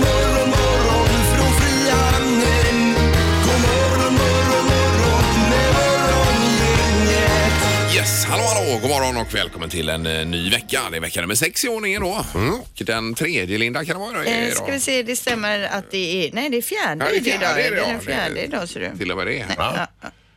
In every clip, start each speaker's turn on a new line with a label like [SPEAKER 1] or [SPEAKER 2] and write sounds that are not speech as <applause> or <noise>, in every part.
[SPEAKER 1] morgon morgon från Frihamnen. God morgon morgon morgon med morgongänget.
[SPEAKER 2] Yes, hallå hallå, god morgon och välkommen till en eh, ny vecka. Det är vecka nummer sex i ordningen då.
[SPEAKER 3] Mm.
[SPEAKER 2] Och den tredje, Linda, kan det vara idag?
[SPEAKER 4] Eh, ska vi se, det stämmer att det är... Nej, det är fjärde,
[SPEAKER 2] Ja, det är fjärde
[SPEAKER 4] idag.
[SPEAKER 2] idag.
[SPEAKER 4] den fjärde
[SPEAKER 2] Det är-
[SPEAKER 4] idag, ser du.
[SPEAKER 2] Till och med det.
[SPEAKER 4] Ja,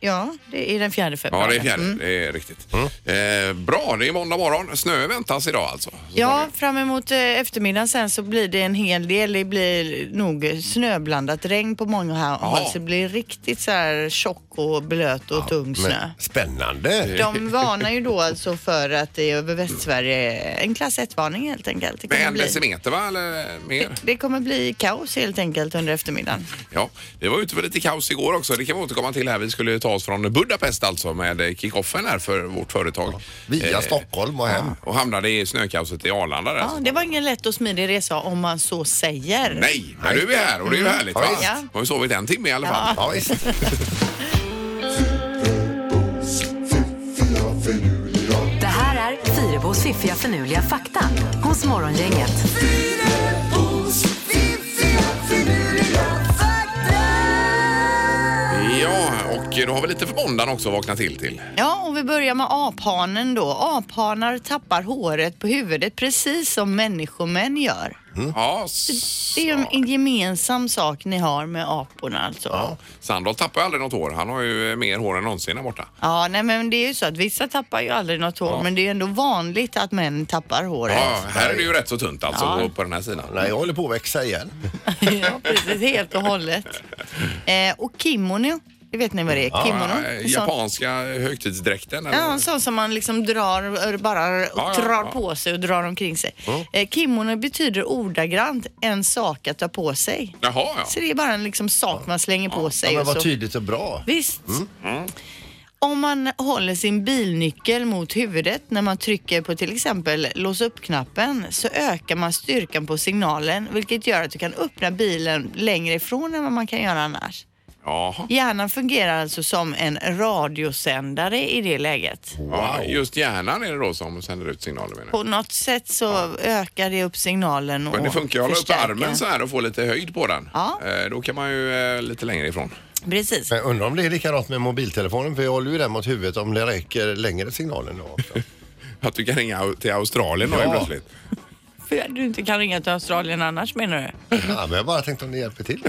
[SPEAKER 4] ja, det är den fjärde
[SPEAKER 2] Ja,
[SPEAKER 4] februari.
[SPEAKER 2] det är fjärde.
[SPEAKER 4] Mm.
[SPEAKER 2] Det är riktigt. Eh, bra, det är måndag morgon. Snö väntas idag alltså. Så
[SPEAKER 4] Ja,
[SPEAKER 2] småningom.
[SPEAKER 4] fram emot eh, eftermiddagen sen så blir det en hel del. Det blir nog snöblandat regn på många här håll. Så det blir riktigt så här tjock och blöt och tung snö.
[SPEAKER 3] Spännande!
[SPEAKER 2] <laughs>
[SPEAKER 4] De varnar ju då alltså för att det är över Västsverige en klass 1-varning helt enkelt. Det
[SPEAKER 2] Med
[SPEAKER 4] kommer,
[SPEAKER 2] en
[SPEAKER 4] bli,
[SPEAKER 2] decimeter va, eller mer?
[SPEAKER 4] det kommer bli kaos helt enkelt under eftermiddagen.
[SPEAKER 2] Ja, det var ute för lite kaos igår också. Det kan vi återkomma till här. Vi skulle ta oss från Budapest alltså med eh, kickoffen här för vårt företag. Eh,
[SPEAKER 4] Eh.
[SPEAKER 3] Via Stockholm och hem.
[SPEAKER 2] Och hamnade i snökaoset i Arlanda där. alltså.
[SPEAKER 4] Ja, det var ingen lätt och smidig resa om man så säger.
[SPEAKER 2] Nej, men nu är vi här och det är ju härligt. Va?
[SPEAKER 3] Ja, visst.
[SPEAKER 2] Har vi sovit en timme i alla fall.
[SPEAKER 4] Ah.
[SPEAKER 3] Ja, visst.
[SPEAKER 5] Det här är Fyrabos fiffiga förnuliga fakta hos Morgongänget.
[SPEAKER 1] Fyrabos fiffiga finurliga fakta.
[SPEAKER 2] Ja, och då har vi lite för måndagen också vaknat till till.
[SPEAKER 3] Mm.
[SPEAKER 4] Ja, och vi börjar med aphanen då. Aphanar tappar håret på huvudet precis som människomän gör.
[SPEAKER 2] Ja, s-
[SPEAKER 4] Det är ju en- en gemensam sak ni har med aporna alltså. Ja.
[SPEAKER 2] Sandholt tappar ju aldrig något hår. Han har ju eh, mer hår än någonsin där borta.
[SPEAKER 4] nej men det är ju så att vissa tappar ju aldrig något hår men det är ju ändå vanligt att män tappar håret.
[SPEAKER 2] Ja, här är det ju rätt så tunt alltså
[SPEAKER 4] Ja.
[SPEAKER 2] på- på den här sidan.
[SPEAKER 3] Nej, jag håller på att växa igen.
[SPEAKER 4] <laughs> Ja, precis. Helt och hållet. Eh, och kimono, det vet ni vad det är? Kimono.
[SPEAKER 2] Ja, eh,
[SPEAKER 4] En sån-
[SPEAKER 2] japanska högtidsdräkten. eller?
[SPEAKER 4] Ja, en sån som man liksom drar, bara och
[SPEAKER 2] ja,
[SPEAKER 4] drar
[SPEAKER 2] ja.
[SPEAKER 4] på sig och drar omkring sig. Eh, kimono betyder ordagrant en sak att ta på sig.
[SPEAKER 2] Jaha, ja.
[SPEAKER 4] Så det är bara en liksom sak man slänger på sig.
[SPEAKER 3] Ja, men
[SPEAKER 4] och
[SPEAKER 3] vad
[SPEAKER 4] så.
[SPEAKER 3] tydligt och bra.
[SPEAKER 4] Visst.
[SPEAKER 2] Mm.
[SPEAKER 4] Om man håller sin bilnyckel mot huvudet när man trycker på till exempel lås upp-knappen så ökar man styrkan på signalen vilket gör att du kan öppna bilen längre ifrån än vad man kan göra annars.
[SPEAKER 2] Jaha.
[SPEAKER 4] Hjärnan fungerar alltså som en radiosändare i det läget.
[SPEAKER 2] Ja, just hjärnan är det då som sänder ut signaler menar jag.
[SPEAKER 4] På något sätt så ökar det upp signalen och
[SPEAKER 2] Men det funkar ju att hålla upp
[SPEAKER 4] förstärker.
[SPEAKER 2] armen så här och få lite höjd på den.
[SPEAKER 4] Ja.
[SPEAKER 2] Eh, Då kan man ju eh, lite längre ifrån.
[SPEAKER 4] Precis.
[SPEAKER 3] Men undrar om det är likadant med mobiltelefonen för jag håller ju den mot huvudet om det räcker längre signalen då. också.
[SPEAKER 4] Mm.
[SPEAKER 2] Att du kan ringa au- till Australien då
[SPEAKER 3] Ja.
[SPEAKER 2] plötsligt.
[SPEAKER 4] För att du inte kan ringa till Australien annars menar du?
[SPEAKER 3] Ja, men jag bara tänkte om det hjälper till.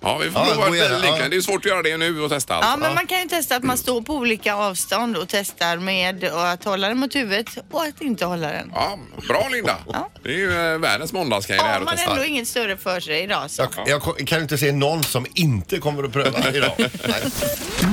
[SPEAKER 2] Ja, vi får
[SPEAKER 3] Ja,
[SPEAKER 2] prova
[SPEAKER 3] gå
[SPEAKER 2] lite
[SPEAKER 3] igenom.
[SPEAKER 2] liknande.
[SPEAKER 3] Ja.
[SPEAKER 2] Det är svårt att göra det nu och testa.
[SPEAKER 4] Ja,
[SPEAKER 2] Alltså.
[SPEAKER 4] men man kan ju testa att man står på olika avstånd och testar med att hålla den mot huvudet och att inte hålla den.
[SPEAKER 2] Ja, bra Linda. Det är ju eh, världens måndagsgrej det här
[SPEAKER 4] Har
[SPEAKER 2] att
[SPEAKER 4] man
[SPEAKER 2] testa.
[SPEAKER 4] ändå inget större för sig idag så.
[SPEAKER 3] Jag, jag ko- kan inte se någon som inte kommer att
[SPEAKER 4] <laughs>
[SPEAKER 3] pröva idag. Nej.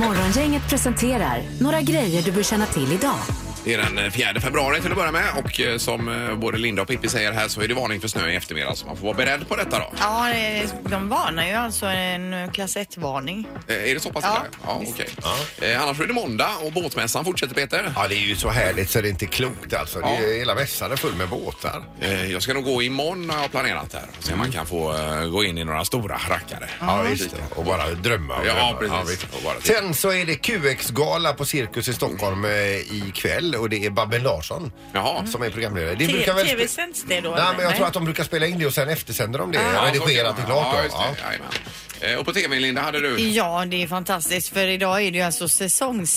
[SPEAKER 5] Morgongänget presenterar några grejer du bör känna till idag.
[SPEAKER 2] Det är den eh, 4 februari till att börja med och eh, som eh, både Linda och Pippi säger här så är det varning för snö i eftermiddag så man får vara beredd på detta då.
[SPEAKER 4] Ja, eh, de varnar ju alltså en eh, klass 1-varning.
[SPEAKER 2] Eh, Är det så pass
[SPEAKER 4] Ja,
[SPEAKER 2] illa? Ja, okej. Eh, Annars är det måndag och båtmässan fortsätter Peter.
[SPEAKER 3] Ja, det är ju så härligt så det är inte klokt alltså. Det är, hela vässan är full med båtar.
[SPEAKER 2] Eh, Jag ska nog gå imorgon har jag planerat här. Se om man kan få eh, gå in i några stora rackare.
[SPEAKER 3] Ja, visst. det. Och bara drömma. Och
[SPEAKER 2] Ja,
[SPEAKER 3] drömma.
[SPEAKER 2] precis.
[SPEAKER 3] visst.
[SPEAKER 2] Och bara titta.
[SPEAKER 3] Sen så är det QX-gala på Cirkus i Stockholm eh, ikväll och det är Babben Larsson
[SPEAKER 2] Jaha.
[SPEAKER 3] Mm. som är programledare. Det spe-
[SPEAKER 4] Tv-sänds det då? Ah,
[SPEAKER 3] Nej, men jag tror att de brukar spela in det och sen eftersänder de det. redigerat
[SPEAKER 2] så-
[SPEAKER 3] det klart
[SPEAKER 2] Ja,
[SPEAKER 3] då.
[SPEAKER 2] just
[SPEAKER 3] Ja.
[SPEAKER 2] det. Jajamän. Eh, Och på tv Linda hade du?
[SPEAKER 4] Ja, det är fantastiskt för idag är det ju alltså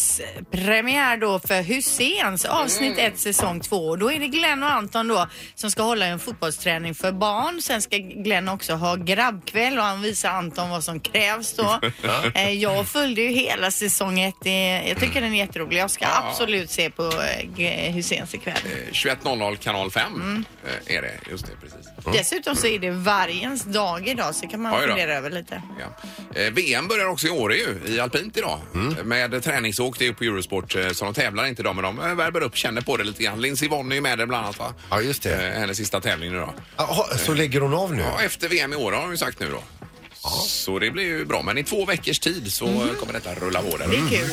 [SPEAKER 4] säsongspremiär då för Husseins avsnitt 1 säsong 2. Då är det Glenn och Anton då som ska hålla en fotbollsträning för barn. Sen ska Glenn också ha grabbkväll och han visar Anton vad som
[SPEAKER 2] <laughs>
[SPEAKER 4] krävs då. Eh, jag följde ju hela säsong 1. Jag tycker den är jätterolig. Jag ska absolut se på eh, G- Husseins ikväll.
[SPEAKER 2] Eh, 21.00 kanal 5
[SPEAKER 4] Mm.
[SPEAKER 2] eh, är det. Just det, precis.
[SPEAKER 4] Dessutom så är det vargens dag idag så kan man
[SPEAKER 2] Oj då.
[SPEAKER 4] fundera över lite.
[SPEAKER 2] Ja. Eh, VM börjar också i Åre ju, i alpint idag.
[SPEAKER 3] Mm.
[SPEAKER 2] Med träningsåk, det är på Eurosport, eh, så de tävlar inte idag men de eh, värmer upp, känner på det lite grann. Lindsey Vonne är med där bland annat va?
[SPEAKER 3] Ja, just det.
[SPEAKER 2] Eh, Hennes sista tävling nu då.
[SPEAKER 3] Jaha, så lägger hon av nu?
[SPEAKER 2] Ja, efter VM i Åre har de ju sagt nu då.
[SPEAKER 3] Mm.
[SPEAKER 2] Så det blir ju bra, men i två veckors tid så eh, kommer detta rulla på där.
[SPEAKER 4] Det är kul.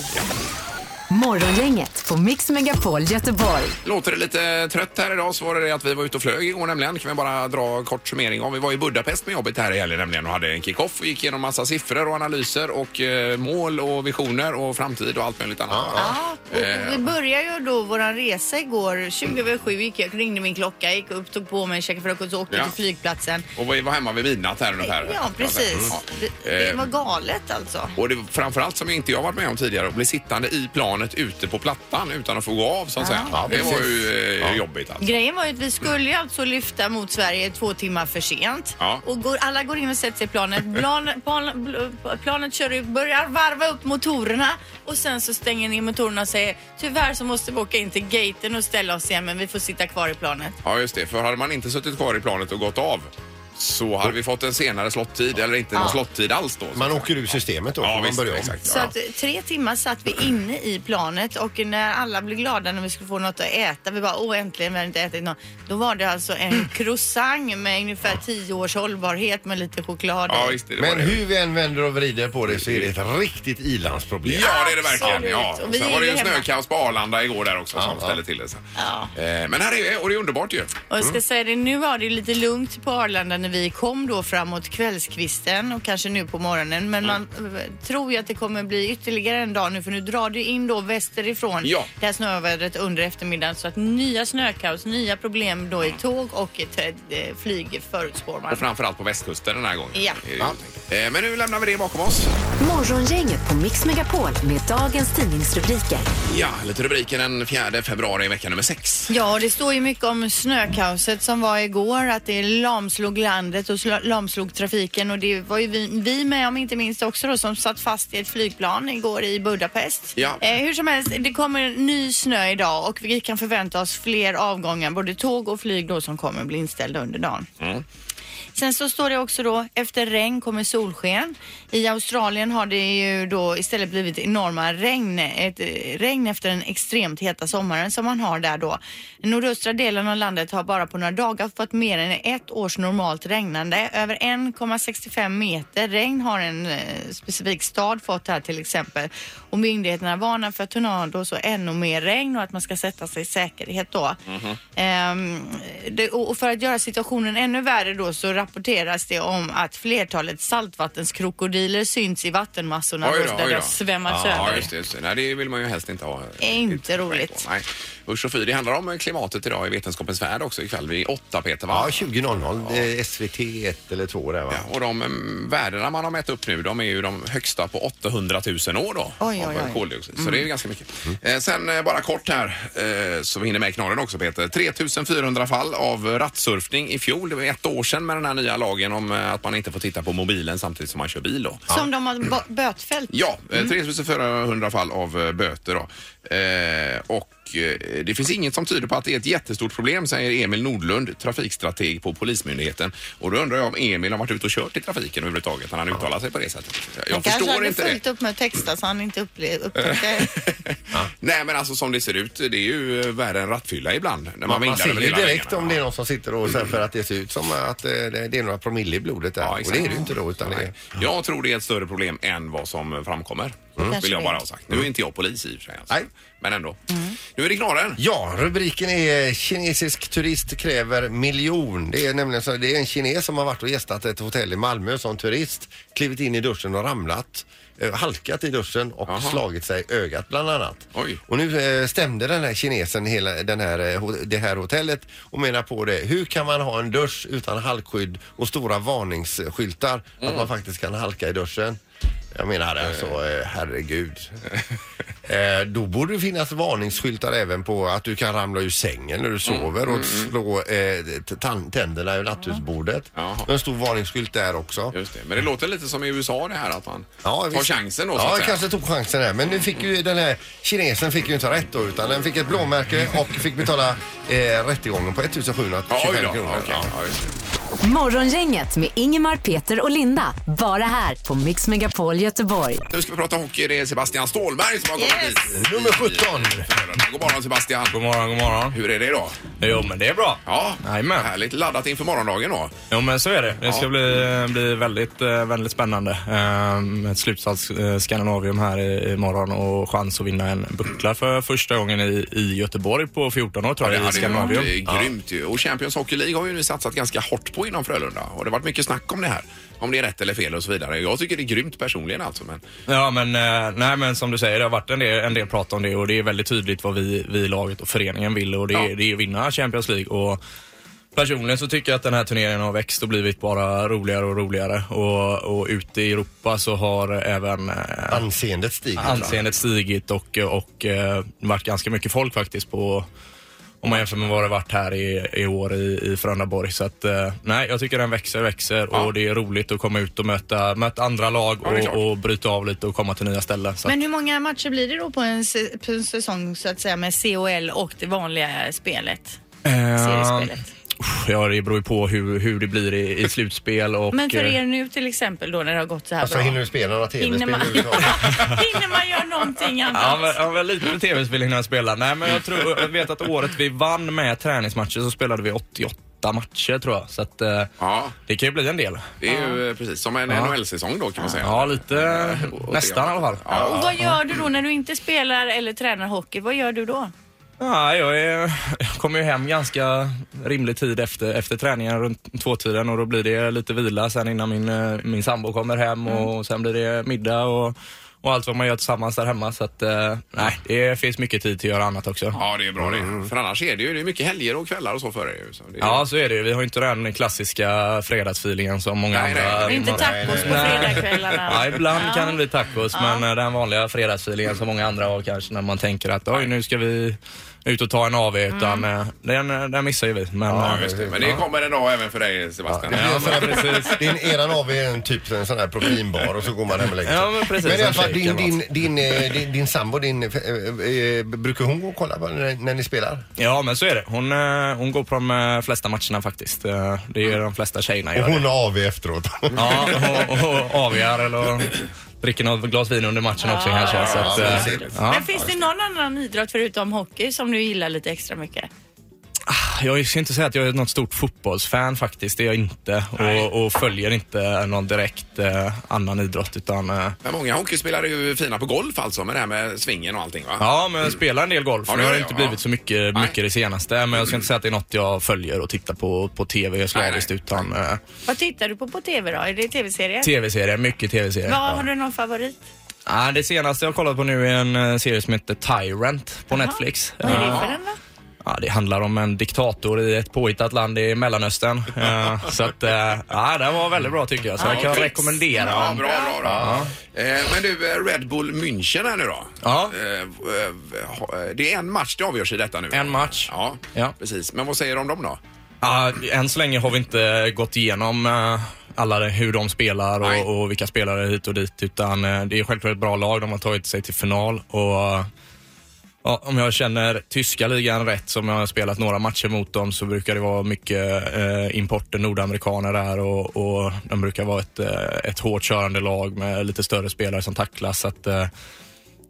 [SPEAKER 5] Morgongänget på Mix Megapol Göteborg.
[SPEAKER 2] Låter det lite trött här idag så var det det att vi var ute och flög igår nämligen. Kan vi bara dra en kort summering om. Vi var i Budapest med jobbet här i helgen nämligen och hade en kick-off och gick igenom massa siffror och analyser och eh, mål och visioner och framtid och allt möjligt annat.
[SPEAKER 3] Ah.
[SPEAKER 4] Ja,
[SPEAKER 2] Eh.
[SPEAKER 4] och vi började ju då vår resa igår. 20 över sju gick jag, ringde min klocka, gick upp, tog på mig, käkade frukost och åkte
[SPEAKER 2] Ja.
[SPEAKER 4] till flygplatsen.
[SPEAKER 2] Och vi var hemma vid midnatt här ungefär.
[SPEAKER 4] Ja, precis.
[SPEAKER 2] Ja.
[SPEAKER 4] Det, det
[SPEAKER 2] Eh,
[SPEAKER 4] var galet alltså.
[SPEAKER 2] Och det, framförallt som inte jag varit med om tidigare, att bli sittande i planet ute på plattan utan att få gå av så att säga.
[SPEAKER 3] Ja,
[SPEAKER 2] det var
[SPEAKER 3] precis.
[SPEAKER 2] ju eh,
[SPEAKER 3] Ja.
[SPEAKER 2] jobbigt alltså.
[SPEAKER 4] Grejen var ju att vi skulle ju alltså lyfta mot Sverige två timmar för sent.
[SPEAKER 2] Ja.
[SPEAKER 4] Och går, alla går in och sätter sig i planet. Plan, plan, bl- planet kör ut, börjar varva upp motorerna och sen så stänger ni motorerna och säger tyvärr så måste vi åka in till gaten och ställa oss igen men vi får sitta kvar i planet.
[SPEAKER 2] Ja, just det. För hade man inte suttit kvar i planet och gått av så hade vi fått en senare slottid eller inte någon slottid alls då. så att
[SPEAKER 3] Man
[SPEAKER 2] säga.
[SPEAKER 3] åker ur systemet då.
[SPEAKER 2] Ja,
[SPEAKER 3] får man
[SPEAKER 2] visst,
[SPEAKER 3] börjar om.
[SPEAKER 2] exakt.
[SPEAKER 4] Så
[SPEAKER 2] Ja.
[SPEAKER 4] att eh, tre timmar satt vi inne i planet och när alla blev glada när vi skulle få något att äta, vi bara åh äntligen, vi hade inte ätit något. Då var det alltså
[SPEAKER 2] Mm.
[SPEAKER 4] en croissant med ungefär tio års hållbarhet med lite choklad i.
[SPEAKER 2] Ja, visst, det var
[SPEAKER 3] Men
[SPEAKER 2] det.
[SPEAKER 3] hur vi än vänder och vrider på det så är det ett riktigt ilandsproblem.
[SPEAKER 2] Ja, det är det verkligen.
[SPEAKER 4] Absolut.
[SPEAKER 2] Ja.
[SPEAKER 4] Och vi
[SPEAKER 2] Sen
[SPEAKER 4] är
[SPEAKER 2] var det ju
[SPEAKER 4] ju hemma.
[SPEAKER 2] snökaos på Arlanda igår där också som
[SPEAKER 3] ja.
[SPEAKER 2] ställde till det. sen.
[SPEAKER 4] Ja.
[SPEAKER 2] Eh, Men här är vi och det är underbart ju.
[SPEAKER 4] Och jag ska säga det, nu var det lite lugnt på Arlanda när vi kom då framåt kvällskvisten och kanske nu på morgonen. Men man eh, tror ju att det kommer bli ytterligare en dag nu för nu drar det in då västerifrån
[SPEAKER 2] Ja.
[SPEAKER 4] det här snövädret under eftermiddagen så att nya snökaos, nya problem då i tåg och i t- eh, flyg förutspår man.
[SPEAKER 2] Och framförallt på västkusten den här gången.
[SPEAKER 4] Ja.
[SPEAKER 2] Är det ju tänkt. Eh, Men nu lämnar vi det bakom oss.
[SPEAKER 5] Morgongänget på Mix Megapol med dagens tidningsrubriker.
[SPEAKER 2] Ja, lite rubriker den 4 februari i vecka nummer 6.
[SPEAKER 4] Ja, det står ju mycket om snökaoset som var igår, att det lamslog landet och sla- lamslog trafiken och det var ju vi, vi med om inte minst också då som satt fast i ett flygplan igår i Budapest.
[SPEAKER 2] Ja.
[SPEAKER 4] Eh, hur som helst, det kommer ny snö idag och vi kan förvänta oss fler avgångar, både tåg och flyg då som kommer bli inställda under dagen. Sen så står det också då, efter regn kommer solsken. I Australien har det ju då istället blivit enorma regn, ett eh, regn efter den extremt heta sommaren som man har där då. Den nordöstra delen av landet har bara på några dagar fått mer än ett års normalt regnande. Över 1,65 meter regn har en eh, specifik stad fått här till exempel. Och myndigheterna varnar för tornados och ännu mer regn och att man ska sätta sig i säkerhet då.
[SPEAKER 2] Mhm.
[SPEAKER 4] Ehm, det, och och för att göra situationen ännu värre då så rapporteras det om att flertalet saltvattenskrokodiler syns i vattenmassorna
[SPEAKER 2] Oj
[SPEAKER 4] då,
[SPEAKER 2] då, oj
[SPEAKER 4] där det
[SPEAKER 2] då.
[SPEAKER 4] har svämmats
[SPEAKER 2] Ja,
[SPEAKER 4] över.
[SPEAKER 2] just det, just det. Nej, det vill man ju helst inte ha.
[SPEAKER 4] Inte roligt.
[SPEAKER 2] på. Nej. Usch och fy, det handlar om klimatet idag i Vetenskapens värld också ikväll vid åtta, Peter. Va?
[SPEAKER 3] Ja, 20.00. eh, SVT 1 eller 2 där va?
[SPEAKER 2] Ja, och de mm, värdena man har mätt upp nu de är ju de högsta på 800 000 år då. av
[SPEAKER 4] Oj,
[SPEAKER 2] eh,
[SPEAKER 4] oj, Mm. oj.
[SPEAKER 2] Koldioxid, så det är ju ganska mycket. Eh, sen eh, bara kort här eh, så vi hinner med i knorren också Peter. 3400 fall av eh, rattsurfning i fjol. Det var ett år sedan med den här nya lagen om eh, att man inte får titta på mobilen samtidigt som man kör bil då.
[SPEAKER 4] Som de har bo- bötfällt.
[SPEAKER 2] Ja, mm. 3400 fall av eh, böter då. Eh, och eh, det finns inget som tyder på att det är ett jättestort problem säger Emil Nordlund, trafikstrateg på Polismyndigheten. Och då undrar jag om Emil har varit ute och kört i trafiken överhuvudtaget när han uttalar sig på det sättet. Jag
[SPEAKER 4] Han kanske
[SPEAKER 2] förstår
[SPEAKER 4] hade
[SPEAKER 2] inte det. <laughs>
[SPEAKER 4] fullt upp med att texta så han inte upple- upptäckte det.
[SPEAKER 2] Nej men alltså som det ser ut, det är ju eh, värre än rattfylla ibland. När man,
[SPEAKER 3] Man,
[SPEAKER 2] vinglar
[SPEAKER 3] man ser
[SPEAKER 2] över
[SPEAKER 3] ju
[SPEAKER 2] hela
[SPEAKER 3] direkt
[SPEAKER 2] vägarna.
[SPEAKER 3] om det är någon som sitter och sen för att det ser ut som att eh, det det är några promille i blodet där.
[SPEAKER 2] Ja,
[SPEAKER 3] och
[SPEAKER 2] exakt.
[SPEAKER 3] det är det ju inte då utan det är... Mm.
[SPEAKER 2] Jag tror det är ett större problem än vad som framkommer.
[SPEAKER 4] Kanske
[SPEAKER 2] Vill jag
[SPEAKER 4] det.
[SPEAKER 2] bara ha sagt. Nu är inte jag polis i och för sig. Alltså.
[SPEAKER 3] Nej. Mm.
[SPEAKER 2] Men ändå. Nu är det knorren.
[SPEAKER 3] Ja, rubriken är eh, Kinesisk turist kräver miljon. Det är nämligen så det är en kines som har varit och gästat ett hotell i Malmö som turist, klivit in i duschen och ramlat, eh, halkat i duschen och
[SPEAKER 2] Jaha.
[SPEAKER 3] slagit sig i ögat bland annat.
[SPEAKER 2] Oj.
[SPEAKER 3] Och nu eh, stämde den här kinesen hela den här, eh, ho- det här hotellet och menar på det. Hur kan man ha en dusch utan halkskydd och stora varningsskyltar
[SPEAKER 2] Mm.
[SPEAKER 3] att man faktiskt kan halka i duschen? Jag menar alltså, eh, herregud. Eh, då borde det finnas varningsskyltar även på att du kan ramla ur sängen
[SPEAKER 2] Mm.
[SPEAKER 3] när du sover och slå eh, t- tan- tänderna ur natthusbordet.
[SPEAKER 2] Jaha.
[SPEAKER 3] Och En stor varningsskylt där också.
[SPEAKER 2] Just det. Men det låter lite som i USA det här att man tar
[SPEAKER 3] visst.
[SPEAKER 2] chansen då så
[SPEAKER 3] Ja,
[SPEAKER 2] att säga.
[SPEAKER 3] kanske tog chansen där. Men nu fick ju den här kinesen fick ju inte rätt då utan den fick ett blåmärke och fick betala eh, rättegången på 1725
[SPEAKER 2] Ja, oj då.
[SPEAKER 3] kronor.
[SPEAKER 2] Okej,
[SPEAKER 3] Ja.
[SPEAKER 2] ja, just det.
[SPEAKER 5] Morgongänget med Ingemar, Peter och Linda. Bara här på Mix Megapol Göteborg.
[SPEAKER 2] Nu ska vi prata hockey. Det är Sebastian Ståhlberg som har kommit
[SPEAKER 4] Yes.
[SPEAKER 2] hit.
[SPEAKER 3] Nummer 17.
[SPEAKER 2] God morgon Sebastian.
[SPEAKER 6] God morgon, god morgon.
[SPEAKER 2] Hur är det idag?
[SPEAKER 6] Jo, men det är bra.
[SPEAKER 2] Ja,
[SPEAKER 6] Jajamän.
[SPEAKER 2] härligt laddat inför morgondagen då.
[SPEAKER 6] Jo, men så är det. Det ska
[SPEAKER 2] Ja.
[SPEAKER 6] bli, bli väldigt, eh, väldigt spännande. Ehm, Ett slutsats eh, Scandinavium här i- imorgon och chans att vinna en buckla för första gången i, i Göteborg på 14 år tror
[SPEAKER 2] Det
[SPEAKER 6] jag. i
[SPEAKER 2] hade ju varit
[SPEAKER 6] Scandinavium.
[SPEAKER 2] eh, grymt ju. Och Champions Hockey League har ju nu satsat ganska hårt på inom Frölunda. Och det har varit mycket snack om det här. Om det är rätt eller fel och så vidare. Jag tycker det är grymt personligen alltså. Men
[SPEAKER 6] Ja, men, eh, nej, men som du säger, det har varit en del, en del prat om det och det är väldigt tydligt vad vi, vi i laget och föreningen vill och det,
[SPEAKER 2] Ja.
[SPEAKER 6] är det är att vinna Champions League. Och personligen så tycker jag att den här turneringen har växt och blivit bara roligare och roligare. Och, och ute i Europa så har även eh,
[SPEAKER 3] Anseendet stiger.
[SPEAKER 6] anseendet stigit och, och eh, varit ganska mycket folk faktiskt på om man jämför med vad det varit här i, i år i, i Frölundaborg. Så att, eh, nej, jag tycker den växer och växer och det är roligt att komma ut och möta, möta andra lag
[SPEAKER 2] det är klart.
[SPEAKER 6] och, och bryta av lite och komma till nya ställen. Så att,
[SPEAKER 4] Men hur många matcher blir det då på en, se- på en säsong så att säga med COL och det vanliga spelet? seriespelet?
[SPEAKER 6] usch, eh, ja, det beror ju på hur, hur det blir i, i slutspel. Och,
[SPEAKER 4] Men för
[SPEAKER 6] eh,
[SPEAKER 4] er nu till exempel då när det har gått så här
[SPEAKER 3] Alltså
[SPEAKER 4] bra.
[SPEAKER 3] hinner du spela några
[SPEAKER 4] Hinner
[SPEAKER 3] tv-spel
[SPEAKER 4] man,
[SPEAKER 3] överhuvudtaget?
[SPEAKER 4] <laughs> hinner man göra någonting annat?
[SPEAKER 6] Ja, men, ja, men lite tv-spel innan jag spelade. Nej, men jag, tror, jag vet att året vi vann med träningsmatcher så spelade vi 88 matcher tror jag. Så att, eh,
[SPEAKER 2] ja,
[SPEAKER 6] det kan ju bli en del.
[SPEAKER 2] det är ju eh, precis som en NHL-säsong då kan man säga.
[SPEAKER 6] Ja, lite.
[SPEAKER 2] Och- och
[SPEAKER 6] Nästan i alla fall.
[SPEAKER 2] Ja,
[SPEAKER 4] Och vad gör du då när du inte spelar eller tränar hockey? Vad gör du då?
[SPEAKER 6] Ja, jag, är, jag kommer ju hem ganska rimlig tid efter, efter träningen runt tvåtiden och då blir det lite vila sen innan min, eh, min sambo kommer hem och sen blir det middag och, och allt vad man gör tillsammans där hemma. Så att, eh, nej, det finns mycket tid till att göra annat också.
[SPEAKER 2] ja, det är bra det. För annars är det ju det är mycket helger och kvällar och så för er ju. Så det är-
[SPEAKER 6] Ja, så är det ju. Vi har ju inte den klassiska fredagsfeelingen som många
[SPEAKER 2] Nej, nej,
[SPEAKER 6] andra...
[SPEAKER 2] det är
[SPEAKER 4] Inte tacos på
[SPEAKER 6] Nej.
[SPEAKER 4] fredagskvällarna.
[SPEAKER 6] Ja, ibland kan det bli tacos, men eh, den vanliga fredagsfeelingen som många andra har kanske när man tänker att oj, nu ska vi ut och ta en AV utan eh, den, eh, den missar ju vi. Men,
[SPEAKER 2] Ja,
[SPEAKER 6] eh,
[SPEAKER 2] just det. Men det kommer en dag även för dig Sebastian.
[SPEAKER 6] Ja, men precis.
[SPEAKER 3] Din eran av är en typ en sån här proteinbar och så går man hem och lägger sig.
[SPEAKER 6] Ja, men precis,
[SPEAKER 3] men i alla fall din,
[SPEAKER 6] en shake eller
[SPEAKER 3] din, din, eh, din, din sambo, din, eh, eh, brukar hon gå och kolla på när, när ni spelar?
[SPEAKER 6] Ja, men så är det. Hon, eh, hon går på de eh, flesta matcherna faktiskt. Eh, Det är de flesta tjejerna
[SPEAKER 3] Och
[SPEAKER 6] gör.
[SPEAKER 3] hon
[SPEAKER 6] det.
[SPEAKER 3] har AV efteråt.
[SPEAKER 6] Ja, och, och avgör eller dricker något glas vin under matchen också kanske. Så att, eh, ja.
[SPEAKER 4] Men finns det någon annan idrott förutom hockey som du gillar lite extra mycket?
[SPEAKER 6] Jag ska inte säga att jag är något stort fotbollsfan faktiskt. Det är jag inte. Och, och följer inte någon direkt eh, annan idrott. Utan, eh,
[SPEAKER 2] Men många hockeyspelare är ju fina på golf alltså med det här med svingen och allting va?
[SPEAKER 6] ja, men jag spelar en del golf.
[SPEAKER 2] Ja, det
[SPEAKER 6] nu har
[SPEAKER 2] gör
[SPEAKER 6] det
[SPEAKER 2] jag,
[SPEAKER 6] inte
[SPEAKER 2] ja.
[SPEAKER 6] blivit så mycket,
[SPEAKER 2] Nej.
[SPEAKER 6] mycket det senaste. Men jag ska inte säga att det är något jag följer och tittar på, på TV slaviskt.
[SPEAKER 2] nej.
[SPEAKER 6] Utan eh,
[SPEAKER 4] Vad tittar du på på TV då? Är det tv-serier?
[SPEAKER 6] TV-serier, mycket TV-serier.
[SPEAKER 4] Vad Har du någon favorit?
[SPEAKER 6] Ja, det senaste jag kollat på nu är en eh, serie som heter Tyrant på Netflix.
[SPEAKER 4] Vad är det
[SPEAKER 6] Eh,
[SPEAKER 4] för den då?
[SPEAKER 6] ja, det handlar om en diktator i ett påhittat land i Mellanöstern. Eh, så att, eh, ja, den var väldigt bra tycker jag. Så jag kan
[SPEAKER 4] tips.
[SPEAKER 6] rekommendera
[SPEAKER 2] Ja,
[SPEAKER 6] den.
[SPEAKER 2] bra, bra, bra. Eh, Men du, eh, Red Bull München här nu då.
[SPEAKER 6] Ja.
[SPEAKER 2] Eh, eh, ha- eh, Det är en match det avgörs i detta nu.
[SPEAKER 6] En match.
[SPEAKER 2] Ja,
[SPEAKER 6] Ja.
[SPEAKER 2] precis. Men vad säger du om dem då?
[SPEAKER 6] Ja, än så länge har vi inte gått igenom eh, alla det- hur de spelar
[SPEAKER 2] Nej.
[SPEAKER 6] och, och vilka spelare hit och dit. Utan eh, det är självklart ett bra lag. De har tagit sig till final. Och, eh, ja, om jag känner tyska ligan rätt, som jag har spelat några matcher mot dem, så brukar det vara mycket eh, importer, nordamerikaner där. Och, och de brukar vara ett, eh, ett hårt körande lag med lite större spelare som tacklas. Så att, eh,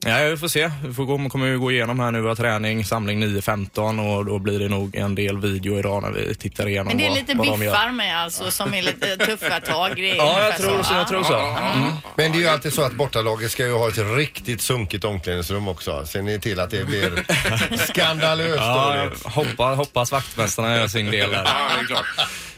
[SPEAKER 6] Ja, vi får se. Vi får gå, kommer ju gå igenom här nu. Vi har träning, samling 9.15 och då blir det nog en del video idag när vi tittar igenom
[SPEAKER 4] Men det är
[SPEAKER 6] vad,
[SPEAKER 4] lite
[SPEAKER 6] vad de gör.
[SPEAKER 4] biffar med alltså som är lite tuffa tag. Det är
[SPEAKER 6] Ja,
[SPEAKER 4] ungefär
[SPEAKER 6] jag tror så. Jag tror så. Mm.
[SPEAKER 3] Men det är ju alltid så att bortalaget ska ju ha ett riktigt sunkigt omklädningsrum också. Ser ni till att det blir skandalöst
[SPEAKER 6] Ja,
[SPEAKER 3] dåligt?
[SPEAKER 6] hoppas, hoppas vaktmästarna gör sin del där.
[SPEAKER 2] Ja, det är klart.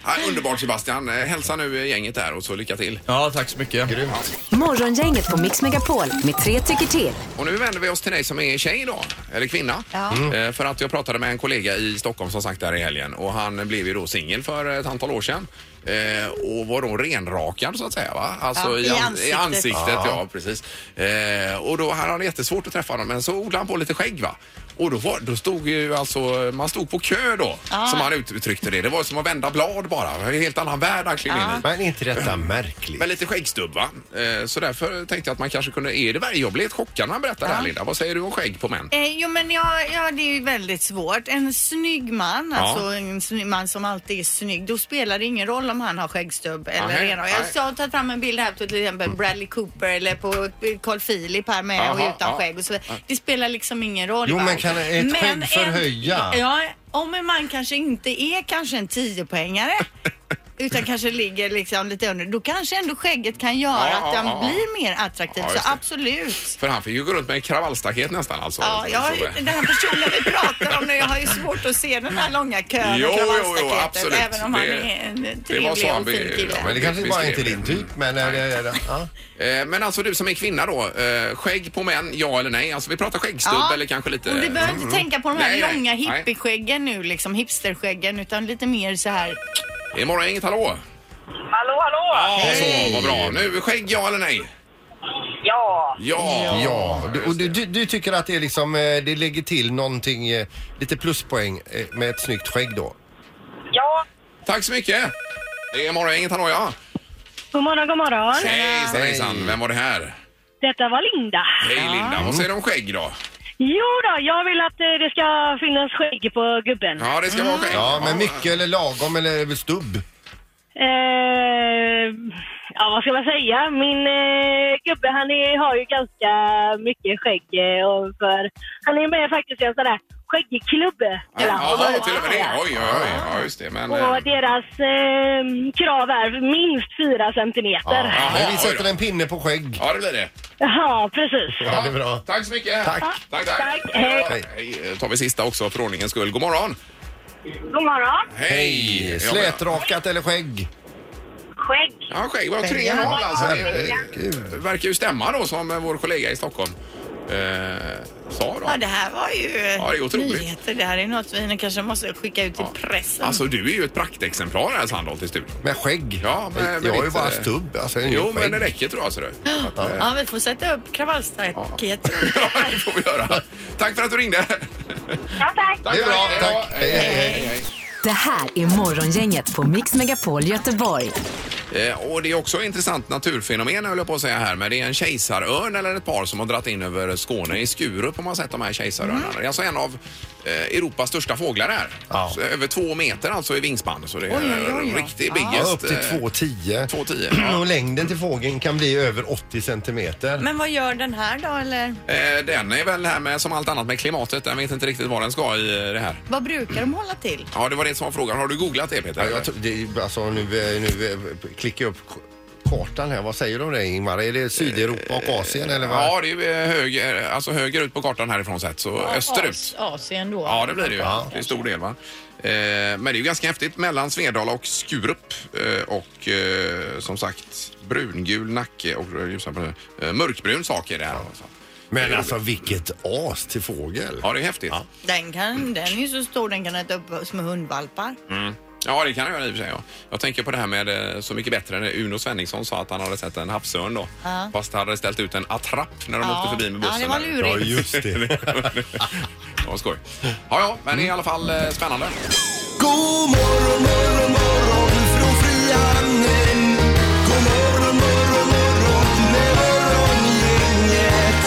[SPEAKER 2] Ja, underbart Sebastian. Eh, Hälsa nu gänget där och så lycka till.
[SPEAKER 6] Ja, tack så mycket.
[SPEAKER 3] Grymt.
[SPEAKER 5] Morgongänget på Mix Megapol med tre tycker till.
[SPEAKER 2] Och nu vänder vi oss till dig som är tjej idag, eller kvinna.
[SPEAKER 4] Mm.
[SPEAKER 2] Eh, För att jag pratade med en kollega i Stockholm som sagt där i helgen och han blev ju då singel för ett antal år sedan. Eh, och var då renrakad så att säga va? Alltså
[SPEAKER 4] Ja, i
[SPEAKER 2] an- i
[SPEAKER 4] ansiktet.
[SPEAKER 2] ansiktet. Ja, precis. Eh, och då hade han jättesvårt att träffa honom men så odlade han på lite skägg va? Och då, var, då stod ju alltså, man stod på kö då, som han ut- uttryckte det. Det var som att vända blad bara. En helt annan värld han klev in i.
[SPEAKER 3] Men är inte detta märkligt?
[SPEAKER 2] Men lite skäggstubb va? Eh, Så därför tänkte jag att man kanske kunde... Är det värre? Jag blev helt chockad när han berättade det här Linda. Vad säger du om skägg på män?
[SPEAKER 4] Eh, jo men ja, ja, det är ju väldigt svårt. En snygg man,
[SPEAKER 2] Ja.
[SPEAKER 4] alltså en snygg man som alltid är snygg, då spelar det ingen roll om om han har skäggstubb eller
[SPEAKER 2] Nej,
[SPEAKER 4] renare.
[SPEAKER 2] nej. Mm.
[SPEAKER 4] Jag har tagit fram en bild här på till exempel Bradley Cooper eller på Carl Philip här med
[SPEAKER 2] Jaha,
[SPEAKER 4] och utan
[SPEAKER 2] ja.
[SPEAKER 4] skägg och så vidare. Det spelar liksom ingen roll.
[SPEAKER 3] Jo,
[SPEAKER 4] va?
[SPEAKER 3] men kan ett
[SPEAKER 4] Men
[SPEAKER 3] skägg förhöja?
[SPEAKER 4] En, ja, om en man kanske inte är kanske
[SPEAKER 2] <laughs>
[SPEAKER 4] en 10-poängare utan kanske ligger liksom lite under. Då kanske ändå skägget kan göra
[SPEAKER 2] Ja, ja,
[SPEAKER 4] att den
[SPEAKER 2] ja, ja.
[SPEAKER 4] blir mer attraktiv.
[SPEAKER 2] Ja,
[SPEAKER 4] så
[SPEAKER 2] just det.
[SPEAKER 4] absolut.
[SPEAKER 2] För han fick ju gå runt med en kravallstaket nästan alltså.
[SPEAKER 4] Ja, jag,
[SPEAKER 2] Så-
[SPEAKER 4] har- den här personen vi pratar om nu, jag har ju svårt att se den här långa kön
[SPEAKER 2] Jo,
[SPEAKER 4] med
[SPEAKER 2] jo, jo,
[SPEAKER 4] kravallstaketet,
[SPEAKER 2] absolut.
[SPEAKER 4] Även om han
[SPEAKER 2] Det-
[SPEAKER 4] är en
[SPEAKER 2] det
[SPEAKER 4] trevlig
[SPEAKER 2] var
[SPEAKER 4] och
[SPEAKER 2] så han
[SPEAKER 4] fin
[SPEAKER 2] be-
[SPEAKER 4] kille.
[SPEAKER 2] ja,
[SPEAKER 3] Men det kanske
[SPEAKER 2] Vi
[SPEAKER 3] bara
[SPEAKER 2] skrev
[SPEAKER 3] inte är
[SPEAKER 2] det.
[SPEAKER 3] din typ. Men, eh, eh, ja.
[SPEAKER 2] Eh, Men alltså du som är kvinna då, eh, skägg på män, ja eller nej? Alltså vi pratar skäggstubb eller kanske lite...
[SPEAKER 4] Och du behöver inte
[SPEAKER 2] Mm.
[SPEAKER 4] tänka på de här
[SPEAKER 2] Nej, nej,
[SPEAKER 4] långa
[SPEAKER 2] nej.
[SPEAKER 4] hippieskäggen nu, liksom hipsterskäggen, utan lite mer så här.
[SPEAKER 2] Det är morgon, Mm. inget hallå?
[SPEAKER 7] Hallå, hallå!
[SPEAKER 2] Ja, så, vad bra. Nu, skägg ja eller nej?
[SPEAKER 7] Ja,
[SPEAKER 2] Ja.
[SPEAKER 3] Ja, du- och du, du, du tycker att det, är liksom, eh, det lägger till någonting, eh, lite pluspoäng eh, med ett snyggt skägg då?
[SPEAKER 7] ja.
[SPEAKER 2] Tack så mycket. Det är morgon, inget hallå ja.
[SPEAKER 7] God morgon, god morgon.
[SPEAKER 2] Hejsan,
[SPEAKER 3] Hej.
[SPEAKER 2] hejsan. Vem var det här?
[SPEAKER 7] Detta var Linda.
[SPEAKER 2] Hej Linda. Vad säger du om skägg då?
[SPEAKER 7] Jo då, jag vill att eh, det ska finnas skägg på gubben.
[SPEAKER 2] Ja, det ska vara skägg.
[SPEAKER 3] Ja, men mycket eller lagom eller stubb?
[SPEAKER 7] Eh, ja, vad ska man säga? Min eh, gubbe, han är, har ju ganska mycket skägg. eh, Och för, han är med faktiskt i en sån där skäggklubb.
[SPEAKER 2] Ja,
[SPEAKER 7] eller, om man
[SPEAKER 2] ja,
[SPEAKER 7] ska
[SPEAKER 2] till och med
[SPEAKER 7] säga.
[SPEAKER 2] det. Oj, oj, oj. Ja, just det. Men, eh,
[SPEAKER 7] Och deras eh, krav är minst fyra centimeter.
[SPEAKER 3] Ja, men vi
[SPEAKER 2] oj
[SPEAKER 3] sätter
[SPEAKER 2] då.
[SPEAKER 3] en pinne på skägg.
[SPEAKER 2] ja, det blir det.
[SPEAKER 7] Ja, precis.
[SPEAKER 3] Ja, det är bra.
[SPEAKER 2] Tack så mycket.
[SPEAKER 3] Tack.
[SPEAKER 2] Tack, tack.
[SPEAKER 7] Tack, hej.
[SPEAKER 2] Ja, hej. Eh, tar vi sista också för ordningens skull. God morgon.
[SPEAKER 7] God morgon.
[SPEAKER 2] Hej. Ja, men-
[SPEAKER 3] Slätrakat eller skägg?
[SPEAKER 7] Skägg.
[SPEAKER 2] Ja, skägg var 3-0 alltså. Det eh, verkar ju stämma då som eh, vår kollega i Stockholm eh, sa då.
[SPEAKER 4] Ja, det här var ju
[SPEAKER 2] Ja, det är otroligt.
[SPEAKER 4] nyheter. Det här är något vi kanske måste skicka ut till
[SPEAKER 3] Mm.
[SPEAKER 4] pressen.
[SPEAKER 2] Alltså du är ju ett praktexemplar här Sandholt i studion.
[SPEAKER 3] Med skägg?
[SPEAKER 2] Ja, men- men
[SPEAKER 3] jag har ju
[SPEAKER 2] inte-
[SPEAKER 3] bara stubb. Alltså, jag har
[SPEAKER 2] Jo,
[SPEAKER 3] inget
[SPEAKER 2] men
[SPEAKER 3] skägg.
[SPEAKER 2] det räcker tror jag.
[SPEAKER 3] <gasps>
[SPEAKER 2] ser du. Att, eh,
[SPEAKER 4] ja, vi får sätta upp kravallstaket.
[SPEAKER 2] ja, <laughs> det får vi göra. Tack för att du ringde.
[SPEAKER 7] Ja, tack.
[SPEAKER 2] Tack
[SPEAKER 3] Det är bra,
[SPEAKER 2] för det.
[SPEAKER 3] tack.
[SPEAKER 2] Ja,
[SPEAKER 3] Hej, hej, hej.
[SPEAKER 5] Det här är Morgongänget på Mix Megapol Göteborg.
[SPEAKER 2] Eh, Och det är också ett intressant naturfenomen höll jag på att säga här. Men det är en kejsarörn eller ett par som har dragit in över Skåne i Skurup om man sett de här kejsarörnarna. Det är alltså en av eh, Europas största fåglar här.
[SPEAKER 3] Mm. Ja.
[SPEAKER 2] Så Över två meter alltså i vingspann. Så det är
[SPEAKER 4] Oj, oj, oj,
[SPEAKER 2] en
[SPEAKER 4] ja.
[SPEAKER 2] riktig
[SPEAKER 4] Ja.
[SPEAKER 2] biggest.
[SPEAKER 3] Ja, upp till
[SPEAKER 2] eh,
[SPEAKER 3] 2,10. <clears throat>
[SPEAKER 2] 2,10, ja.
[SPEAKER 3] Och längden till fågeln kan bli över 80 centimeter.
[SPEAKER 4] Men vad gör den här då, eller?
[SPEAKER 2] Eh, Den är väl här med som allt annat med klimatet. Den vet inte riktigt var den ska i eh, det här.
[SPEAKER 4] Vad brukar de hålla till?
[SPEAKER 2] Ja, det var det som var frågan. Har du googlat det Peter?
[SPEAKER 3] Ja, jag tror, det, är- alltså, nu, eh, nu eh, klickar jag upp k- kartan här. Vad säger du om det Ingmar? Är det Sydeuropa och Asien eller vad?
[SPEAKER 2] Ja, det är ju eh, höger, eh, alltså höger ut på kartan härifrån sett, så österut.
[SPEAKER 4] As- Asien då.
[SPEAKER 2] Ja, det blir det ju.
[SPEAKER 3] Ja.
[SPEAKER 2] Det är stor del, va? Eh, Men det är ju ganska häftigt mellan Svedala och Skurup. Eh, Och eh, som sagt, brungul nacke och eh, ljusa brun- eh, mörkbrun sak är det här. alltså.
[SPEAKER 3] Men alltså vilket as till fågel.
[SPEAKER 2] Ja, det är häftigt. Ja,
[SPEAKER 4] Den, kan, den är ju så stor den kan äta upp små hundvalpar.
[SPEAKER 2] det kan jag göra i och för sig. Ja. Jag tänker på det här med eh, Så mycket bättre när Uno Svenningsson sa att han hade sett en havsörn då.
[SPEAKER 4] Ja.
[SPEAKER 2] Fast hade ställt ut en attrapp när de
[SPEAKER 4] Ja.
[SPEAKER 2] åkte förbi med
[SPEAKER 4] Ja,
[SPEAKER 2] bussen.
[SPEAKER 4] det var
[SPEAKER 2] där.
[SPEAKER 4] lurigt.
[SPEAKER 3] Ja, just det.
[SPEAKER 2] Det var skoj. Ja, ja, men det är i alla fall eh, spännande.
[SPEAKER 1] God morgon, morgon, morgon från Frihamnen. God morgon, morgon, morgon med Morgongänget.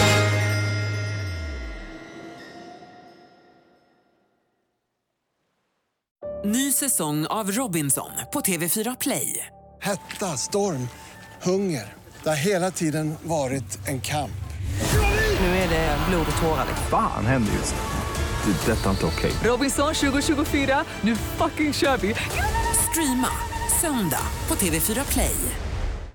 [SPEAKER 8] Ny säsong av Robinson på TV4 Play.
[SPEAKER 9] Hetta, storm, hunger. Det har hela tiden varit en kamp.
[SPEAKER 8] Nu är det blod och tårar. liksom.
[SPEAKER 10] Fan händer just det. Det är detta inte okej.
[SPEAKER 8] Robinson 2024, nu fucking kör vi! Streama söndag på TV4 Play.